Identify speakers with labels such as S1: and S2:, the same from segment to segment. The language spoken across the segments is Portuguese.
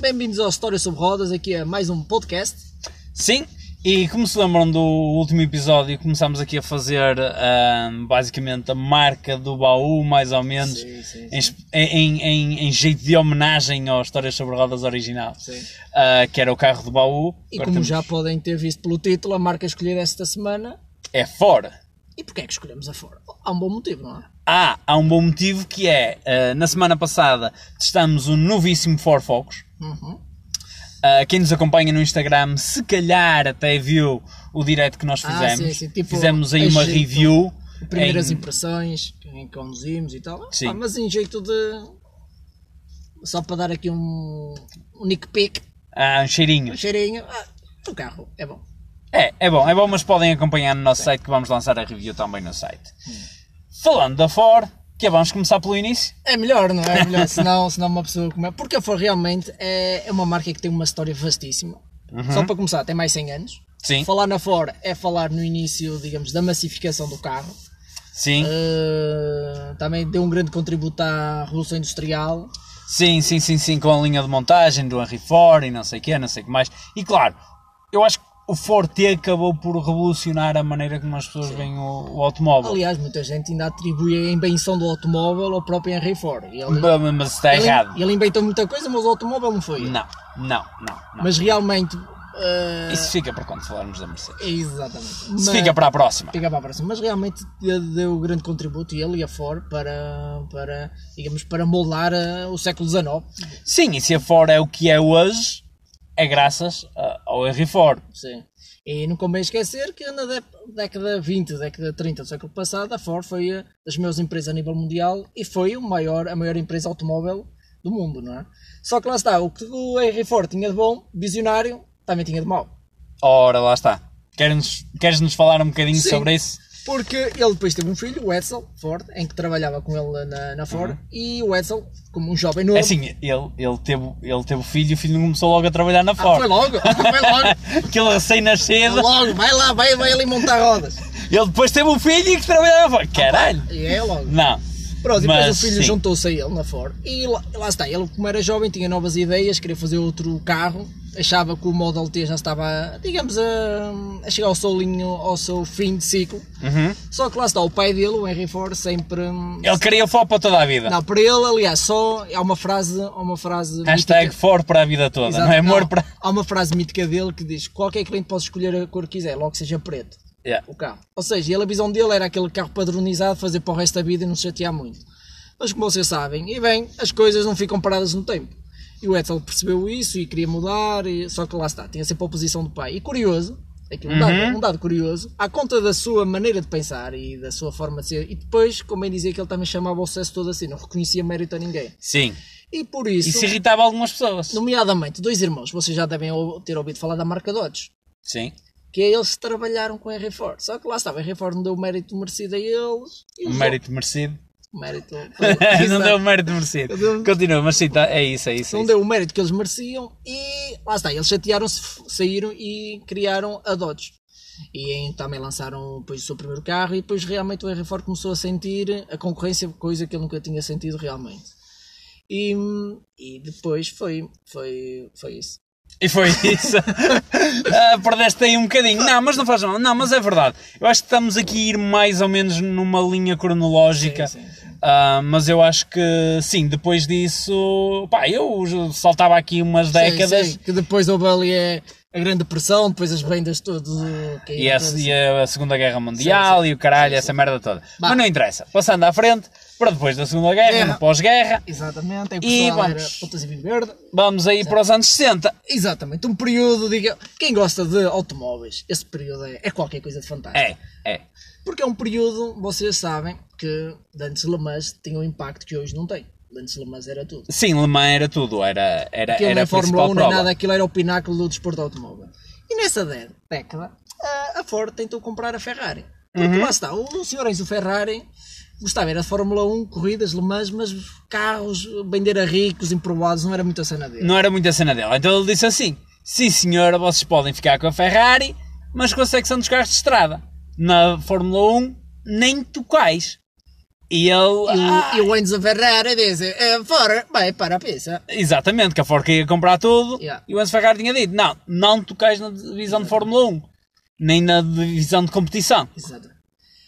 S1: bem-vindos ao História sobre Rodas, aqui é mais um podcast.
S2: Sim, e como se lembram do último episódio, começámos aqui a fazer ahm, basicamente a marca do baú, mais ou menos,
S1: Sim, sim,
S2: em es- Em, em- em jeito de homenagem ao Histórias sobre Rodas original,
S1: Sim.
S2: ah, que era o carro do baú.
S1: E
S2: Agora
S1: como
S2: temos-
S1: já podem ter visto pelo título, a marca escolhida esta semana.
S2: É fora.
S1: E porquê é que escolhemos a Ford? Há um bom motivo, não é?
S2: Ah, há um bom motivo que é, ah, na semana passada testamos um novíssimo Ford Focus.
S1: Uhum.
S2: Ah, quem nos acompanha no Instagram, se calhar até viu o direct que nós
S1: Ah,
S2: fizemos.
S1: sim, sim, tipo,
S2: fizemos aí uma
S1: ajeito,
S2: review.
S1: Primeiras
S2: em-
S1: impressões, em que conduzimos e tal. Ah,
S2: Sim.
S1: pá, mas em jeito de. Só para dar aqui um. Um nick pick,
S2: Ah, um cheirinho.
S1: um cheirinho. Ah, o carro é bom.
S2: É, é bom, é bom, mas podem acompanhar no nosso site que vamos lançar a review também no site. Falando da Ford, que é, vamos começar pelo início.
S1: É melhor, não é? É melhor, senão, senão uma pessoa como é. Porque a Ford realmente é, é uma marca que tem uma história vastíssima.
S2: Uhum.
S1: Só para começar, tem mais 100 anos.
S2: Sim,
S1: Falar na Ford é falar no início, digamos, da massificação do carro.
S2: sim,
S1: Eh, também deu um grande contributo à Revolução Industrial.
S2: sim, sim, sim, sim, com a linha de montagem do Henry Ford e não sei o que, não sei o que mais. E claro, eu acho que o Ford T acabou por revolucionar a maneira como as pessoas veem o, o automóvel.
S1: Aliás, muita gente ainda atribui a invenção do automóvel ao próprio Henry Ford. E Ele,
S2: Mas- Mas está
S1: ele-
S2: é errado.
S1: ele inventou muita coisa, mas o automóvel não foi.
S2: Não, não, não. não.
S1: Mas realmente. eh,
S2: Isso fica para quando falarmos da Mercedes.
S1: Exatamente.
S2: Isso
S1: Mas-
S2: fica para a próxima.
S1: Fica para a próxima. Mas realmente ele deu um grande contributo, ele e a Ford, para, para, digamos, para moldar eh, o século XIX.
S2: Sim, e se a Ford é o que é hoje, é graças ah, ao Henry Ford.
S1: Sim. E não convém esquecer que na dé- década 20, década 30 do século passado, a Ford foi a- das maiores empresas a nível mundial e foi o maior, a maior empresa automóvel do mundo, não é? Só que lá está, o que o Henry Ford tinha de bom, visionário, também tinha de mau.
S2: Ora, lá está. Queres-nos queres falar um bocadinho
S1: Sim.
S2: sobre isso?
S1: Porque ele depois teve um filho, o Edsel Ford, em que trabalhava com ele na, na Ford, e o Edsel, como um jovem novo...
S2: Uhum. É assim, ele, ele, teve, ele teve o filho e o filho não começou logo a trabalhar na
S1: Ah, foi
S2: Ford.
S1: logo, foi logo,
S2: Aquele recém-nascido,
S1: logo, vai lá, vai, vai ali montar rodas.
S2: ele depois teve um filho e que trabalhava na Ford. Caralho!
S1: E é logo.
S2: Não.
S1: Pronto, e
S2: Mas,
S1: depois o filho
S2: sim.
S1: juntou-se a ele na Ford. E lá, lá está, ele como era jovem tinha novas ideias, queria fazer outro carro, achava que o Model T já estava, digamos, a, a chegar ao seu, linho, ao seu fim de ciclo.
S2: Uhum.
S1: Só que lá está, o pai dele, o Henry Ford, sempre... hum,
S2: Ele queria Ford para toda a vida.
S1: Não, para ele, aliás, só há uma frase, há uma frase
S2: Hashtag
S1: mítica-
S2: Ford para a vida toda,
S1: Exato,
S2: não é amor
S1: não,
S2: para.
S1: Há uma frase mítica dele que diz, qualquer cliente pode escolher a cor que quiser, logo que seja preto
S2: Yeah.
S1: o carro. Ou seja, ele, a visão dele era aquele carro padronizado, fazer para o resto da vida e não se chatear muito. Mas como vocês sabem, e bem, as coisas não ficam paradas no tempo. E o Edsel percebeu isso e queria mudar, e- só que lá está, tinha sempre a oposição do pai. E curioso, aqui um, dado, um dado curioso, à conta da sua maneira de pensar e da sua forma de ser, e depois, como bem dizia que ele também chamava o sucesso todo assim, não reconhecia mérito a ninguém.
S2: Sim.
S1: E por isso,
S2: Isso irritava algumas pessoas.
S1: nomeadamente, dois irmãos, vocês já devem ou- ter ouvido falar da marca Dodge
S2: Sim.
S1: que eles trabalharam com Henry Ford. Só que lá estava, Henry Ford não deu o mérito merecido a eles. E
S2: Um
S1: os
S2: mérito merecido.
S1: outros- mérito.
S2: não
S1: Exato.
S2: deu o mérito merecido.
S1: deu-
S2: Continua, mas sim, tá- é isso, é isso. É
S1: Não
S2: isso.
S1: deu o mérito que eles mereciam e lá está, eles chatearam-se, f- saíram e criaram a Dodge. E em- também lançaram depois o seu primeiro carro e depois realmente o Henry Ford começou a sentir a concorrência, coisa que ele nunca tinha sentido realmente. E, e depois foi, foi, foi isso.
S2: E foi isso. Ah, perdeste aí um bocadinho. Não, mas não faz mal. Não, mas é verdade. Eu acho que estamos aqui a ir mais ou menos numa linha cronológica.
S1: Sim, sim, sim.
S2: Ah, mas eu acho que sim, depois disso, pá, eu saltava aqui umas décadas
S1: Sim, sim, que depois houve ali a, a Grande Depressão, depois as vendas todas. eh,
S2: e, a, e a Segunda Guerra Mundial e o caralho, essa merda toda. Mas não interessa, passando à frente, para depois da Segunda Guerra,
S1: Guerra.
S2: no pós-guerra,
S1: Exatamente, aí o
S2: E
S1: pessoal era
S2: vamos.
S1: putas e vinho verde.
S2: vamos aí para os anos 60.
S1: Exatamente, um período, diga. Quem gosta de automóveis, esse período é, é qualquer coisa de fantástico.
S2: É, é.
S1: Porque é um período, vocês sabem, que Dantes Lamas tinha um impacto que hoje não tem. Dantes Lamas era tudo.
S2: Sim, Le Mans era tudo, era, era,
S1: Aquilo
S2: era
S1: nem
S2: a
S1: Fórmula 1
S2: principal
S1: nem
S2: prova.
S1: nada, aquilo era o pináculo do desporto automóvel. E nessa dé- década, a- a Ford tentou comprar a Ferrari. Porque
S2: Uhum.
S1: lá está, o senhor Enzo Ferrari gostava era de Fórmula 1, corridas, Le Mans, mas carros, vender a ricos, improvados, não era muito a cena dele.
S2: não era muito a cena dela. Então ele disse assim: Sim, senhora, vocês podem ficar com a Ferrari, mas com a secção dos carros de estrada. Na Fórmula 1, nem um, tocais. E ele.
S1: E o,
S2: ah,
S1: e o Enzo Ferrari diz: "Eh, fora, vai para a pista.
S2: Exatamente, que a Forca ia comprar tudo.
S1: Yeah.
S2: E o Enzo Ferrari tinha dito: não, não tocais na divisão de Fórmula 1, nem na divisão de competição.
S1: Exato.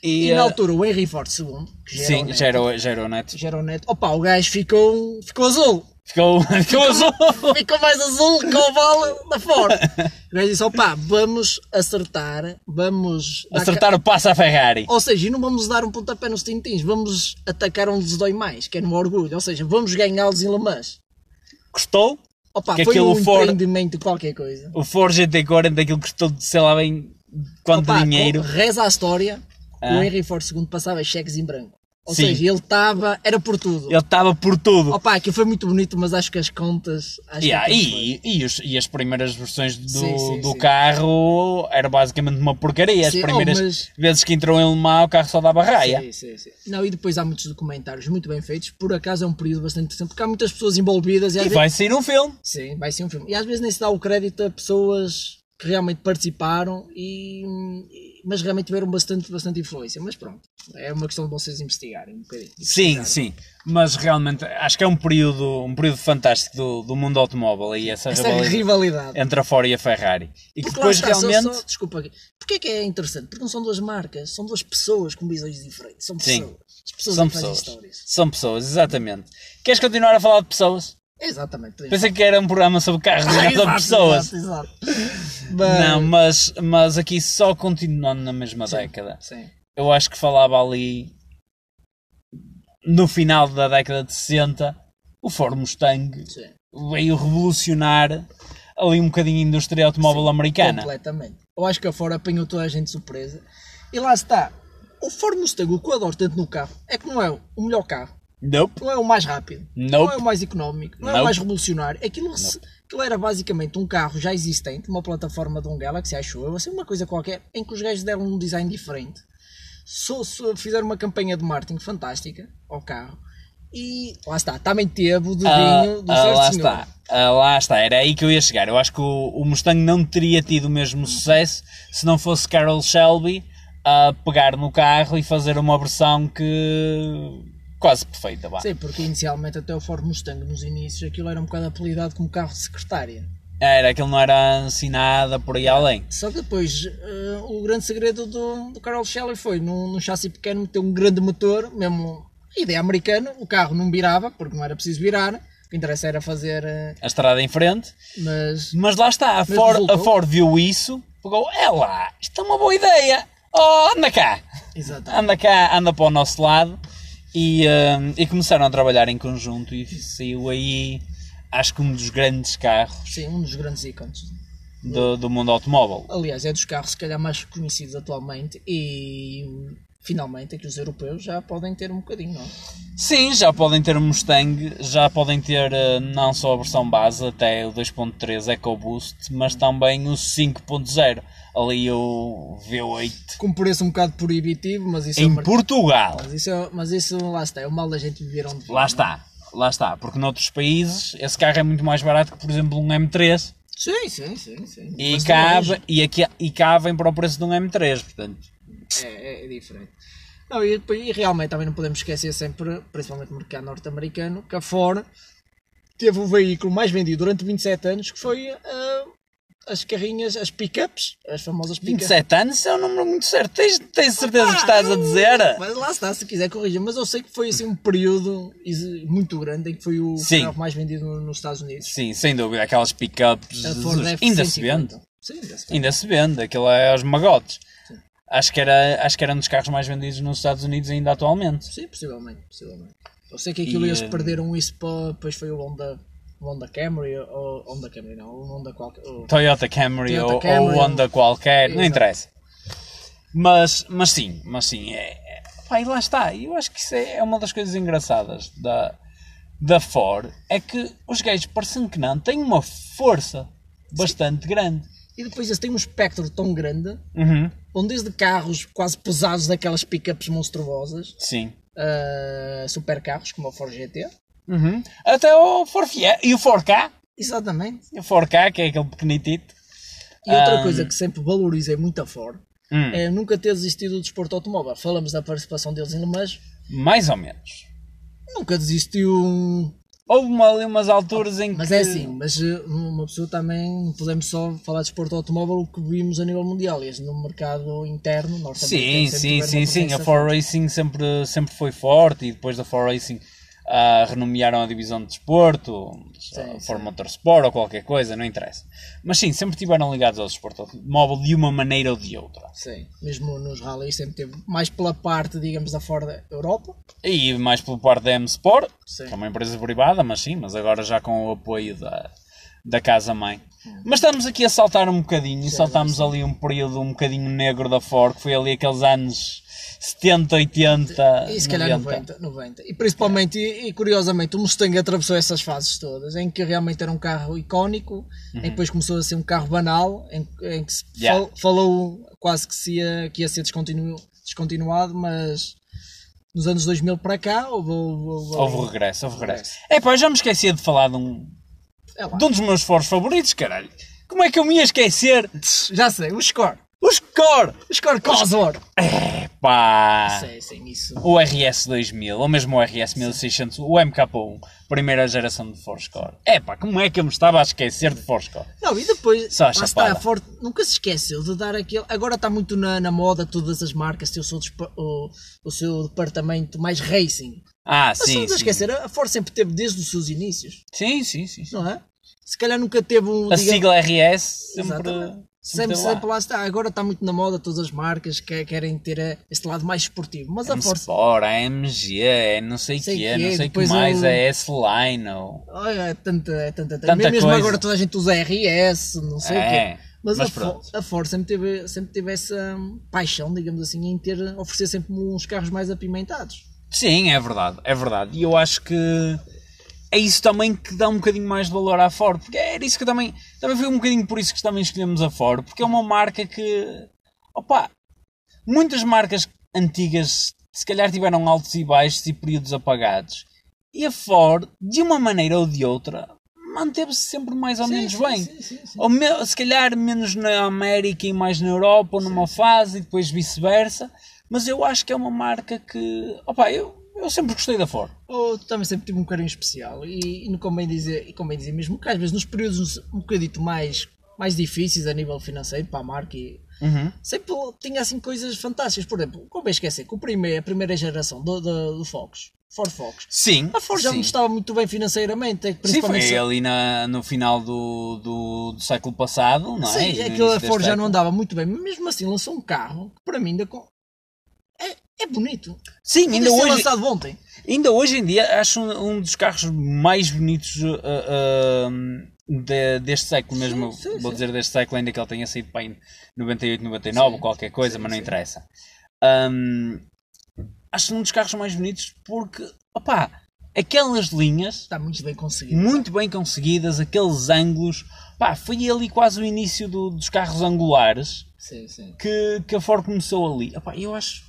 S2: E,
S1: E, na
S2: eh,
S1: altura o Henry Ford II, que já era o
S2: Sim,
S1: neto-
S2: gerou, gerou neto.
S1: já era o neto, opa, o gajo ficou, ficou azul.
S2: Ficou, ficou azul.
S1: Ficou mais azul que o vale da Ford. O gajo disse: opá, vamos acertar, vamos. dar ca-
S2: Acertar o passo à Ferrari.
S1: Ou seja, e não vamos dar um pontapé nos tintins, vamos atacar onde lhes dói mais, que é no orgulho. Ou seja, vamos ganhá-los em Le Mans.
S2: Custou?
S1: Opa,
S2: Que
S1: foi
S2: aquilo
S1: um
S2: for-
S1: empreendimento qualquer coisa.
S2: O Ford GT40, aquilo custou, sei lá bem, quanto
S1: Opa,
S2: dinheiro.
S1: co- Reza a história, o
S2: Ah.
S1: Henry Ford II passava cheques em branco. Ou
S2: Sim.
S1: seja, ele estava, era por tudo.
S2: Ele estava por tudo.
S1: Opa, aquilo foi muito bonito, mas acho que as contas. Acho
S2: Yeah,
S1: que aquilo foi.
S2: e, e, os- e as primeiras versões do,
S1: Sim, sim,
S2: do
S1: sim.
S2: carro era basicamente uma porcaria. As
S1: Sim, oh,
S2: primeiras
S1: mas-
S2: vezes que entrou em Le Mans, o carro só dava raia.
S1: Sim, sim, sim. Não, e depois há muitos documentários muito bem feitos. Por acaso é um período bastante interessante, porque há muitas pessoas envolvidas e, às
S2: E
S1: vezes-
S2: vai sair um filme.
S1: Sim, vai ser um filme. E às vezes nem se dá o crédito a pessoas que realmente participaram, e, e- mas realmente tiveram bastante, bastante influência. Mas pronto, é uma questão de vocês investigarem um bocadinho.
S2: Sim, sim. Mas realmente acho que é um período, um período fantástico do, do mundo automóvel e essa,
S1: Essa
S2: rivalidade
S1: rivalidade.
S2: entre a Ford e a Ferrari. E que
S1: Porque
S2: depois
S1: lá está, só-
S2: realmente.
S1: só- desculpa aqui. Porquê é que é interessante? Porque não são duas marcas, são duas pessoas com visões diferentes. São
S2: Sim.
S1: pessoas. As pessoas
S2: São
S1: é que fazem
S2: pessoas.
S1: histórias.
S2: São pessoas, exatamente. Queres continuar a falar de pessoas?
S1: Exatamente. podemos
S2: Pensei que era um programa sobre carros e não sobre
S1: Exato,
S2: pessoas.
S1: Exato, exato.
S2: Não, mas, mas aqui só continuando na mesma década.
S1: Sim.
S2: Eu acho que falava ali no final da década de 60, o Ford Mustang
S1: Sim.
S2: veio revolucionar ali um bocadinho a indústria automóvel americana.
S1: Completamente. Eu acho que a Ford apanhou toda a gente de surpresa. E lá está. O Ford Mustang, o que eu adoro tanto no carro, é que não é o melhor carro,
S2: Nope.
S1: não é o mais rápido, não
S2: Nope.
S1: é o mais económico, não é
S2: Nope.
S1: o mais revolucionário. Aquilo, se- aquilo era basicamente um carro já existente, uma plataforma de um Galaxy, acho eu, assim, uma coisa qualquer, em que os gajos deram um design diferente. Só- só fizeram uma campanha de marketing fantástica ao carro. E lá está, também teve o
S2: Ah,
S1: dedinho do
S2: ah,
S1: certo
S2: lá
S1: senhor.
S2: está. Ah, lá está, era aí que eu ia chegar. Eu acho que o, o Mustang não teria tido o mesmo sucesso se não fosse Carol Shelby a pegar no carro e fazer uma versão que quase perfeita. Vá.
S1: Sim, porque inicialmente até o Ford Mustang nos inícios aquilo era um bocado apelidado como carro de secretária.
S2: Ah, Era aquilo não era ensinada por aí além.
S1: Só que depois eh, o grande segredo do, do Carol Shelley foi num, num chassi pequeno meter um grande motor, mesmo ideia americana, o carro não virava, porque não era preciso virar, o que interessa era fazer, eh,
S2: A estrada em frente.
S1: mas
S2: Mas lá está, a
S1: Mas
S2: Ford, a
S1: resultou.
S2: Ford viu isso, pegou, é lá, isto é uma boa ideia. Oh, anda cá.
S1: exatamente.
S2: anda cá, anda para o nosso lado e, hum, e começaram a trabalhar em conjunto e saiu aí acho que um dos grandes carros
S1: Sim, um dos grandes ícones.
S2: do, do mundo automóvel.
S1: Aliás, é dos carros se calhar mais conhecidos atualmente e finalmente é que os europeus já podem ter um bocadinho, não? é?
S2: Sim, já podem ter um Mustang, já podem ter eh, não só a versão base, até o 2.3 EcoBoost, mas também o 5.0, ali o V8
S1: Com preço um bocado proibitivo, mas isso é
S2: em
S1: mercado.
S2: Portugal.
S1: Mas isso, mas isso lá está, é o mal da gente viver onde vive.
S2: Lá está, lá está, porque noutros países esse carro é muito mais barato que por exemplo um M3
S1: Sim, sim, sim. sim.
S2: e
S1: Mas
S2: cá,
S1: também
S2: e, aqui, e cá vem para o preço de um M3, portanto.
S1: É, é, é diferente. Não, e, depois- e realmente também não podemos esquecer sempre, principalmente no mercado norte-americano, que a Ford teve o veículo mais vendido durante 27 anos, que foi ah, as carrinhas, as pickups, as famosas pickups.
S2: 27 anos é um número muito certo. Tens, tens certeza que estás a dizer?
S1: Mas lá está, se quiser corrigir, mas eu sei que foi assim um período is- muito grande em que foi o
S2: Sim.
S1: carro mais vendido no- nos Estados Unidos.
S2: Sim, sem dúvida. Aquelas pick-ups.
S1: A
S2: Jesus,
S1: Ford F-150.
S2: Ainda se vende.
S1: Sim, ainda se vende.
S2: Ainda se vende. Aquilo é aos magotes. Acho que, era, acho que era um dos carros mais vendidos nos Estados Unidos ainda atualmente.
S1: Sim, possivelmente, possivelmente. Eu sei que aquilo
S2: E,
S1: eles
S2: eh,
S1: perderam isso para depois foi o Honda, o Honda Camry ou Honda Camry não, o Honda qualquer. o-
S2: Toyota Camry,
S1: Toyota
S2: ou,
S1: Camry,
S2: ou Honda qualquer, não
S1: Exato.
S2: interessa. Mas, mas sim, mas sim. É, é- pá, e lá está. Eu acho que isso é, é uma das coisas engraçadas da, da Ford. É que os gays, parecendo que não, têm uma força bastante grande.
S1: E depois eles têm um espectro tão grande,
S2: Uhum.
S1: onde desde carros quase pesados daquelas pickups monstruosas,
S2: Sim.
S1: ah, supercarros como o Ford GT. Uhum.
S2: Até o Forfier e o 4K.
S1: Exatamente.
S2: E o 4K, que é aquele pequenitito.
S1: E outra
S2: Ah.
S1: coisa que sempre valorizei muito a Ford
S2: Hum.
S1: é nunca ter desistido do desporto automóvel. Falamos da participação deles em Le Mans,
S2: Mais ou menos.
S1: Nunca desistiu um.
S2: Houve uma, ali umas alturas em
S1: Mas
S2: que.
S1: é assim, mas eh, uma pessoa também não podemos só falar de esporte automóvel o que vimos a nível mundial, e este no mercado interno,
S2: Sim,
S1: norte-americano, sempre
S2: sim,
S1: tiveram
S2: sim,
S1: uma
S2: sim. A
S1: presença
S2: For Racing sempre, sempre foi forte e depois da For Racing ah, renomearam a divisão de desporto,
S1: Sim,
S2: ah, For Motorsport ou qualquer coisa, não interessa. Mas sim, sempre estiveram ligados ao desporto automóvel de uma maneira ou de outra.
S1: Sim, mesmo nos rallies sempre teve mais pela parte, digamos, da Ford Europa.
S2: E mais pelo par da M Sport,
S1: Sim.
S2: que é uma empresa privada, mas sim, mas agora já com o apoio da, da Casa Mãe. Mas estamos aqui a saltar um bocadinho, e saltámos ali um período um bocadinho negro da Ford, que foi ali aqueles anos 70, 80.
S1: E se calhar 90, 90. E principalmente, e, e curiosamente, o Mustang atravessou essas fases todas, em que realmente era um carro icónico, em que depois começou a ser um carro banal, em, em que se
S2: Yeah.
S1: fal- falou quase que, se ia, que ia ser descontinu, descontinuado, mas nos anos 2000 para cá houve. houve,
S2: Houve
S1: houve-
S2: regresso, houve regresso.
S1: Regresso.
S2: É pá, eu já me esquecia de falar de um,
S1: é lá.
S2: de um dos meus foros favoritos, caralho. Como é que eu me ia esquecer?
S1: Já sei, o score.
S2: Os Core!
S1: O score Cosworth.
S2: Pá!
S1: Sim, sim, isso.
S2: O RS 2000, ou mesmo o RS 1600, o MK1, primeira geração de Forscore. É pá, como é que eu me estava a esquecer de Forscore?
S1: Não, e depois,
S2: Só a
S1: lá está,
S2: chapada.
S1: a Ford nunca se esqueceu de dar aquele. Agora está muito na, na moda todas as marcas ter o seu, despa- o, o seu departamento mais racing.
S2: Ah,
S1: Mas
S2: sim,
S1: estamos a
S2: sim.
S1: esquecer, a Ford sempre teve desde os seus inícios,
S2: Sim, sim, sim. sim.
S1: não é? Se calhar nunca teve um.
S2: A
S1: digamos-
S2: sigla RS sempre.
S1: Exatamente.
S2: sempre
S1: Sempre,
S2: lá.
S1: sempre lá está. Agora está muito na moda todas as marcas que querem ter eh, este lado mais esportivo. Mas a
S2: M
S1: Ford.
S2: Sport, a MG, é não sei o
S1: Sei
S2: que,
S1: que é,
S2: não sei o que
S1: depois
S2: mais,
S1: o-
S2: a S-Line ou.
S1: Ai, é tanta, é tanta,
S2: Tanta
S1: Mesmo
S2: coisa.
S1: agora toda a gente usa RS, não sei o quê.
S2: É,
S1: Mas,
S2: mas
S1: a, Fo-
S2: pronto.
S1: a Ford sempre teve, sempre teve essa hum, paixão, digamos assim, em ter, oferecer sempre uns carros mais apimentados.
S2: Sim, é verdade, é verdade. E eu acho que é isso também que dá um bocadinho mais de valor à Ford, porque era isso que eu também. Também foi um bocadinho por isso que também escolhemos a Ford, porque é uma marca que. Opa! Muitas marcas antigas se calhar tiveram altos e baixos e períodos apagados. E a Ford, de uma maneira ou de outra, manteve-se sempre mais ou
S1: Né?
S2: menos bem.
S1: Sim, sim, sim.
S2: Ou me- se calhar menos na América e mais na Europa, numa fase, e depois vice-versa. Mas eu acho que é uma marca que. Opa, eu, eu sempre gostei da Ford.
S1: Ou também sempre tive um carinho especial. E, e não convém dizer, e convém dizer mesmo que às vezes nos períodos um bocadito mais, mais difíceis a nível financeiro para a marca, e sempre tinha assim coisas fantásticas. Por exemplo, como bem esquecer que o primeiro, a primeira geração do, do, do Focus, Ford Focus,
S2: Sim.
S1: a Ford já
S2: sim.
S1: não estava muito bem financeiramente, é que
S2: Sim, foi
S1: principalmente se-
S2: ali na- no final do, do, do século passado, não é? E
S1: Sim,
S2: no
S1: aquela
S2: início
S1: Ford
S2: deste
S1: já não
S2: século.
S1: andava muito bem, mas mesmo assim lançou um carro que para mim ainda com- é, é bonito.
S2: Sim, ainda
S1: Podia ser
S2: hoje,
S1: lançado ontem.
S2: ainda hoje em dia acho um, um dos carros mais bonitos ah, ah, de- deste século mesmo.
S1: Sim, sim,
S2: vou
S1: sim.
S2: dizer deste século, ainda que ele tenha saído para em 98, 99 ou
S1: Sim,
S2: qualquer coisa,
S1: sim,
S2: mas não
S1: sim.
S2: interessa. Ahm, acho um dos carros mais bonitos porque, opá, aquelas linhas
S1: Está muito bem conseguido.
S2: muito bem conseguidas, aqueles ângulos. Pá, foi ali quase o início do- dos carros angulares
S1: Sim, sim.
S2: que, que a Ford começou ali. Epá, eu acho,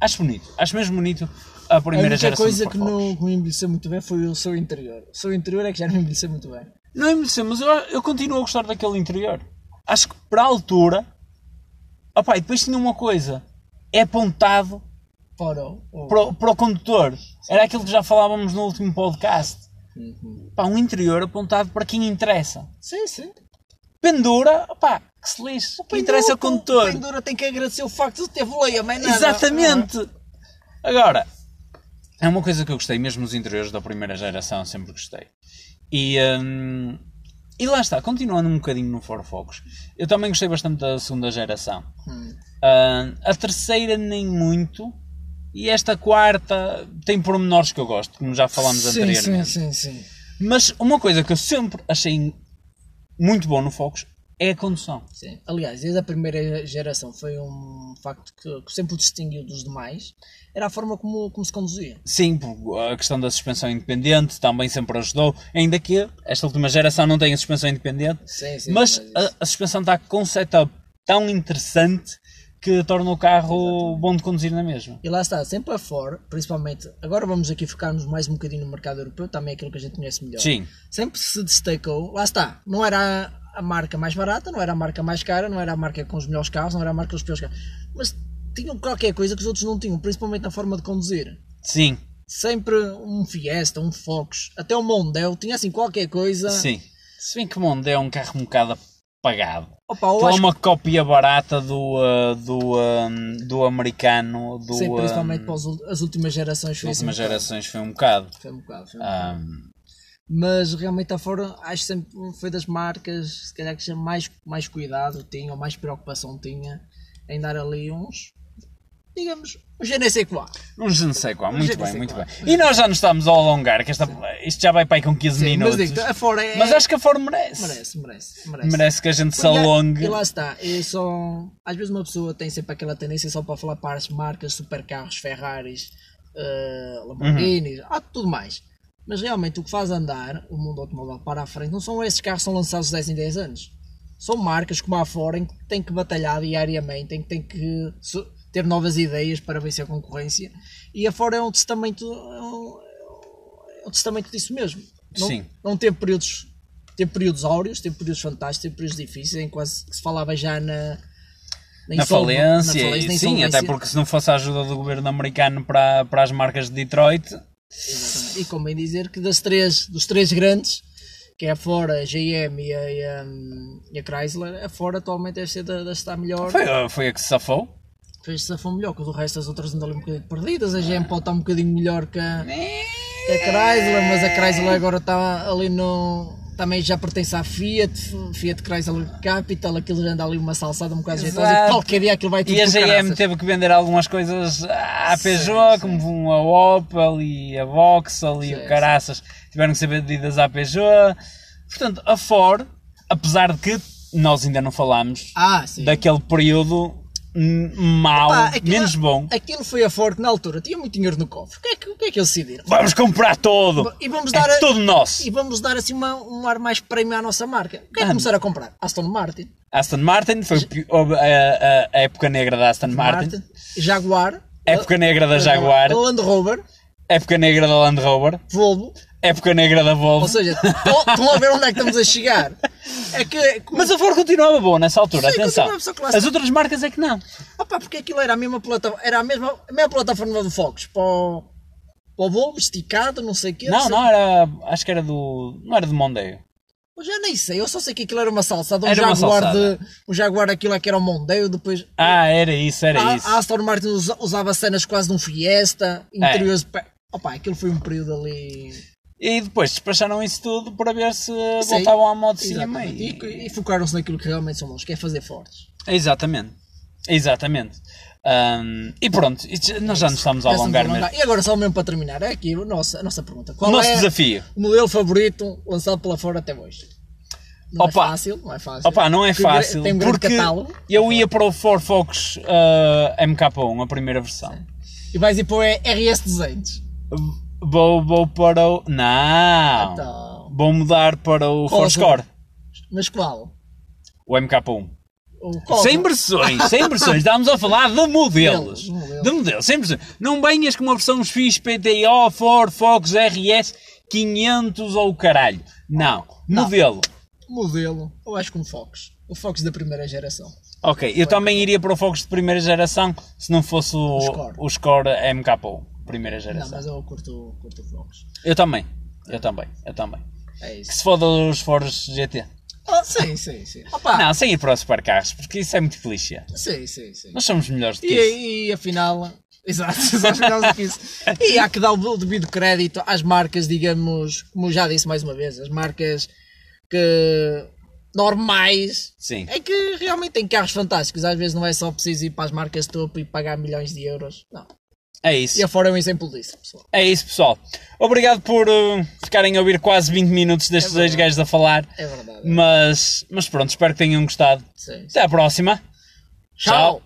S2: acho bonito, acho mesmo bonito a
S1: A
S2: primeira
S1: única
S2: geração
S1: coisa
S2: de
S1: que
S2: Ford Focus.
S1: não que me envelheceu muito bem foi o seu interior. O seu interior é que já não envelheceu muito bem.
S2: Não envelheceu, mas eu, eu continuo a gostar daquele interior. Acho que para a altura. Opá, e depois tinha uma coisa: é apontado
S1: Para o. o-
S2: para, o- para o condutor. Era aquilo que já falávamos no último podcast.
S1: Uhum.
S2: Pá, um interior apontado para quem interessa.
S1: Sim, sim.
S2: Pendura, opá, que se lixe. Que interessa ao
S1: O
S2: condutor.
S1: Pendura tem que agradecer o facto de ter voleia, mas nada. Uhum.
S2: Exatamente! Agora, é uma coisa que eu gostei, mesmo os interiores da primeira geração, sempre gostei. E, hum, e lá está, continuando um bocadinho no Ford Focus, eu também gostei bastante da segunda geração.
S1: Hum.
S2: Hum, a terceira, nem muito. E esta quarta tem pormenores que eu gosto, como já falámos
S1: Sim,
S2: anteriormente.
S1: sim, sim, sim.
S2: Mas uma coisa que eu sempre achei muito bom no Focus é a condução.
S1: Sim. Aliás, desde a primeira geração foi um facto que, que sempre o distinguiu dos demais, era a forma como, como se conduzia.
S2: Sim, por- a questão da suspensão independente também sempre ajudou, ainda que esta última geração não tenha suspensão independente,
S1: Sim,
S2: mas a, a suspensão está com um setup tão interessante que torna o carro bom de conduzir é na mesma.
S1: E lá está, sempre a Ford, principalmente, agora vamos aqui focar-nos mais um bocadinho no mercado europeu, também é aquilo que a gente conhece melhor.
S2: Sim,
S1: Sempre se destacou, lá está, não era a- a marca mais barata, não era a marca mais cara, não era a marca com os melhores carros, não era a marca com os piores carros, mas tinham qualquer coisa que os outros não tinham, principalmente na forma de conduzir.
S2: Sim,
S1: Sempre um Fiesta, um Focus, até um Mondeo, tinha assim qualquer coisa.
S2: sim. Se bem que o Mondeo é um carro um bocado apagado.
S1: Opa, eu
S2: Aquilo é
S1: acho
S2: uma cópia barata do, ah, do, ah, do americano, do,
S1: que sim, principalmente
S2: ah,
S1: para os ul- as últimas gerações.
S2: das
S1: foi assim um
S2: últimas
S1: bocado.
S2: gerações foi um bocado.
S1: Foi um bocado, foi um bocado.
S2: Ah,
S1: Mas realmente a Ford acho sempre foi das marcas, se calhar que sempre mais, mais cuidado tinha, ou mais preocupação tinha em dar ali uns, digamos, um GNC qua.
S2: um je ne sais quoi. Muito
S1: je ne
S2: bem,
S1: sais
S2: muito
S1: quoi.
S2: bem. E nós já nos estamos a alongar, que esta, isto já vai para aí com 15
S1: Sim, mas
S2: minutos.
S1: digo a Ford é,
S2: Mas acho que a Ford merece. Merece,
S1: merece, merece, merece.
S2: que a gente se
S1: E a-
S2: alongue.
S1: E lá está, é só, às vezes uma pessoa tem sempre aquela tendência só para falar para as marcas, supercarros, Ferraris, eh, Lamborghinis, há tudo mais. Mas realmente o que faz andar o mundo automóvel para a frente não são esses carros que são lançados de 10 em 10 anos. São marcas como a Ford em que têm que batalhar diariamente, em que têm que su- ter novas ideias para vencer a concorrência. E a Ford é um testamento, é um, é um testamento disso mesmo. Não,
S2: Sim.
S1: não teve períodos, teve períodos áureos, teve períodos fantásticos, teve períodos difíceis, em que quase que se falava já na, na,
S2: na
S1: insol- na
S2: falência,
S1: falência, na
S2: e, sim,
S1: insolvência.
S2: até porque se não fosse a ajuda do governo americano para, para as marcas de Detroit,
S1: Exatamente. E convém dizer que das três, dos três grandes, que é a Ford, a GM e a, e a, hum, e a Chrysler, a Ford atualmente deve ser da, da está melhor.
S2: foi, a- foi a que se safou.
S1: Fez se foi melhor, que do resto as outras andam ali um bocadinho perdidas. A GM pode estar um bocadinho melhor que a, que a Chrysler, mas a Chrysler agora está ali no. Também já pertence à Fiat, Fiat Chrysler Capital, aquilo já anda ali uma salsada um bocado jeitosa e
S2: Exato.
S1: qualquer dia aquilo vai tudo
S2: E a
S1: por
S2: GM
S1: caraças.
S2: teve que vender algumas coisas à
S1: Sim, sim.
S2: Peugeot, como a Opel e a Vauxhall e
S1: Sim,
S2: o caraças tiveram que ser vendidas à Peugeot. Portanto, a Ford, apesar de que nós ainda não falámos
S1: Ah, sim.
S2: daquele período hum, mau,
S1: Pá, aquilo- é-
S2: menos bom,
S1: Aquilo foi a Ford que na altura, tinha muito dinheiro no cofre. O que é que, o que, é que eles decidiram?
S2: vamos comprar todo!
S1: E vamos dar,
S2: É
S1: a-
S2: todo nosso!
S1: e vamos dar assim uma- um ar mais prémio à nossa marca. Quem
S2: Mano.
S1: começar a comprar? Aston Martin.
S2: Aston Martin, foi o pi- o- a, a- a época negra da Aston Martin,
S1: Jaguar.
S2: época negra da Jaguar,
S1: Land Rover.
S2: época negra da Land Rover,
S1: Volvo.
S2: época negra da Volvo.
S1: Ou seja, estão estão a ver onde é que estamos a chegar. É que.
S2: Mas a Ford continuava boa nessa altura,
S1: Sim,
S2: atenção.
S1: continuava, só que lá
S2: As outras marcas é que não.
S1: Opa, porque aquilo era a mesma plataforma. Era a mesma, a mesma plataforma do Focus. Para o, para o Volvo, esticado, não sei o quê.
S2: não,
S1: sei-
S2: não era. Acho que era do. Não era do Mondeo.
S1: Eu já nem sei. Eu só sei que aquilo era uma salsada. Um
S2: Era uma
S1: Jaguar
S2: salsada.
S1: de. Um Jaguar aquilo é que era o Mondeo. Depois.
S2: Ah, era isso, era
S1: A,
S2: isso. É.
S1: a Aston Martin usa- usava cenas quase de um Fiesta, interiores de pé. Opa, aquilo foi um período ali.
S2: E depois despacharam isso tudo para ver se
S1: Sim.
S2: voltavam à moda de cima.
S1: Exatamente.
S2: E...
S1: E, e focaram-se naquilo que realmente são bons, que é fazer fortes.
S2: Exatamente. Exatamente. Ahm, e pronto, isto- nós já nos estamos a
S1: Já estamos
S2: alongar mesmo.
S1: alongar. E agora, só mesmo para terminar, é aqui a nossa, a nossa pergunta:
S2: O
S1: Qual
S2: nosso
S1: é
S2: desafio.
S1: o modelo favorito lançado pela Ford até hoje? Não
S2: Opa.
S1: é fácil, não é fácil.
S2: Opa, não é
S1: Tem um gra-
S2: fácil.
S1: Tem um grande
S2: porque
S1: catálogo.
S2: eu ia para o Ford Focus ah, MK1, a primeira versão.
S1: E vais ir para o RS200.
S2: Vou, vou para o. Não!
S1: Então.
S2: Vou mudar para o
S1: Qual
S2: Ford
S1: é
S2: Score,
S1: Mas qual?
S2: o MK1.
S1: O qual?
S2: Sem versões, sem versões. Estamos a falar de modelos.
S1: Modelos, modelos.
S2: De modelos, sem versões. Não venhas com uma versão X, PTO, Ford, Focus, RS, 500 ou o caralho. Não. Modelo.
S1: Modelo, eu acho que um Focus. O Focus da primeira geração.
S2: Ok, eu também iria para o Focus de primeira geração se não fosse o, o, score. é
S1: Score.
S2: MK1, primeira
S1: Não,
S2: geração.
S1: mas eu curto, curto o Focus.
S2: Eu também. Eu também. Eu também.
S1: É isso.
S2: Que se foda os Fords GT.
S1: Ah, sim, sim, sim. Opa,
S2: Não, sem ir para os supercarros, porque isso é muito clichê.
S1: sim, sim, sim.
S2: Nós somos melhores do que isso.
S1: E, e afinal, exato, exato, afinal é que isso. E há que dar o devido crédito às marcas, digamos, como já disse mais uma vez, as marcas que normais
S2: Sim.
S1: é que realmente têm carros fantásticos. Às vezes não é só preciso ir para as marcas de topo e pagar milhões de euros. Não.
S2: É isso.
S1: E a Ford é um exemplo disso, pessoal.
S2: É isso, pessoal. Obrigado por uh, ficarem a ouvir quase 20 minutos destes dois gajos a falar.
S1: É
S2: Hum.
S1: verdade.
S2: Mas, mas pronto, espero que tenham gostado.
S1: Sim, sim.
S2: Até à próxima.
S1: Tchau.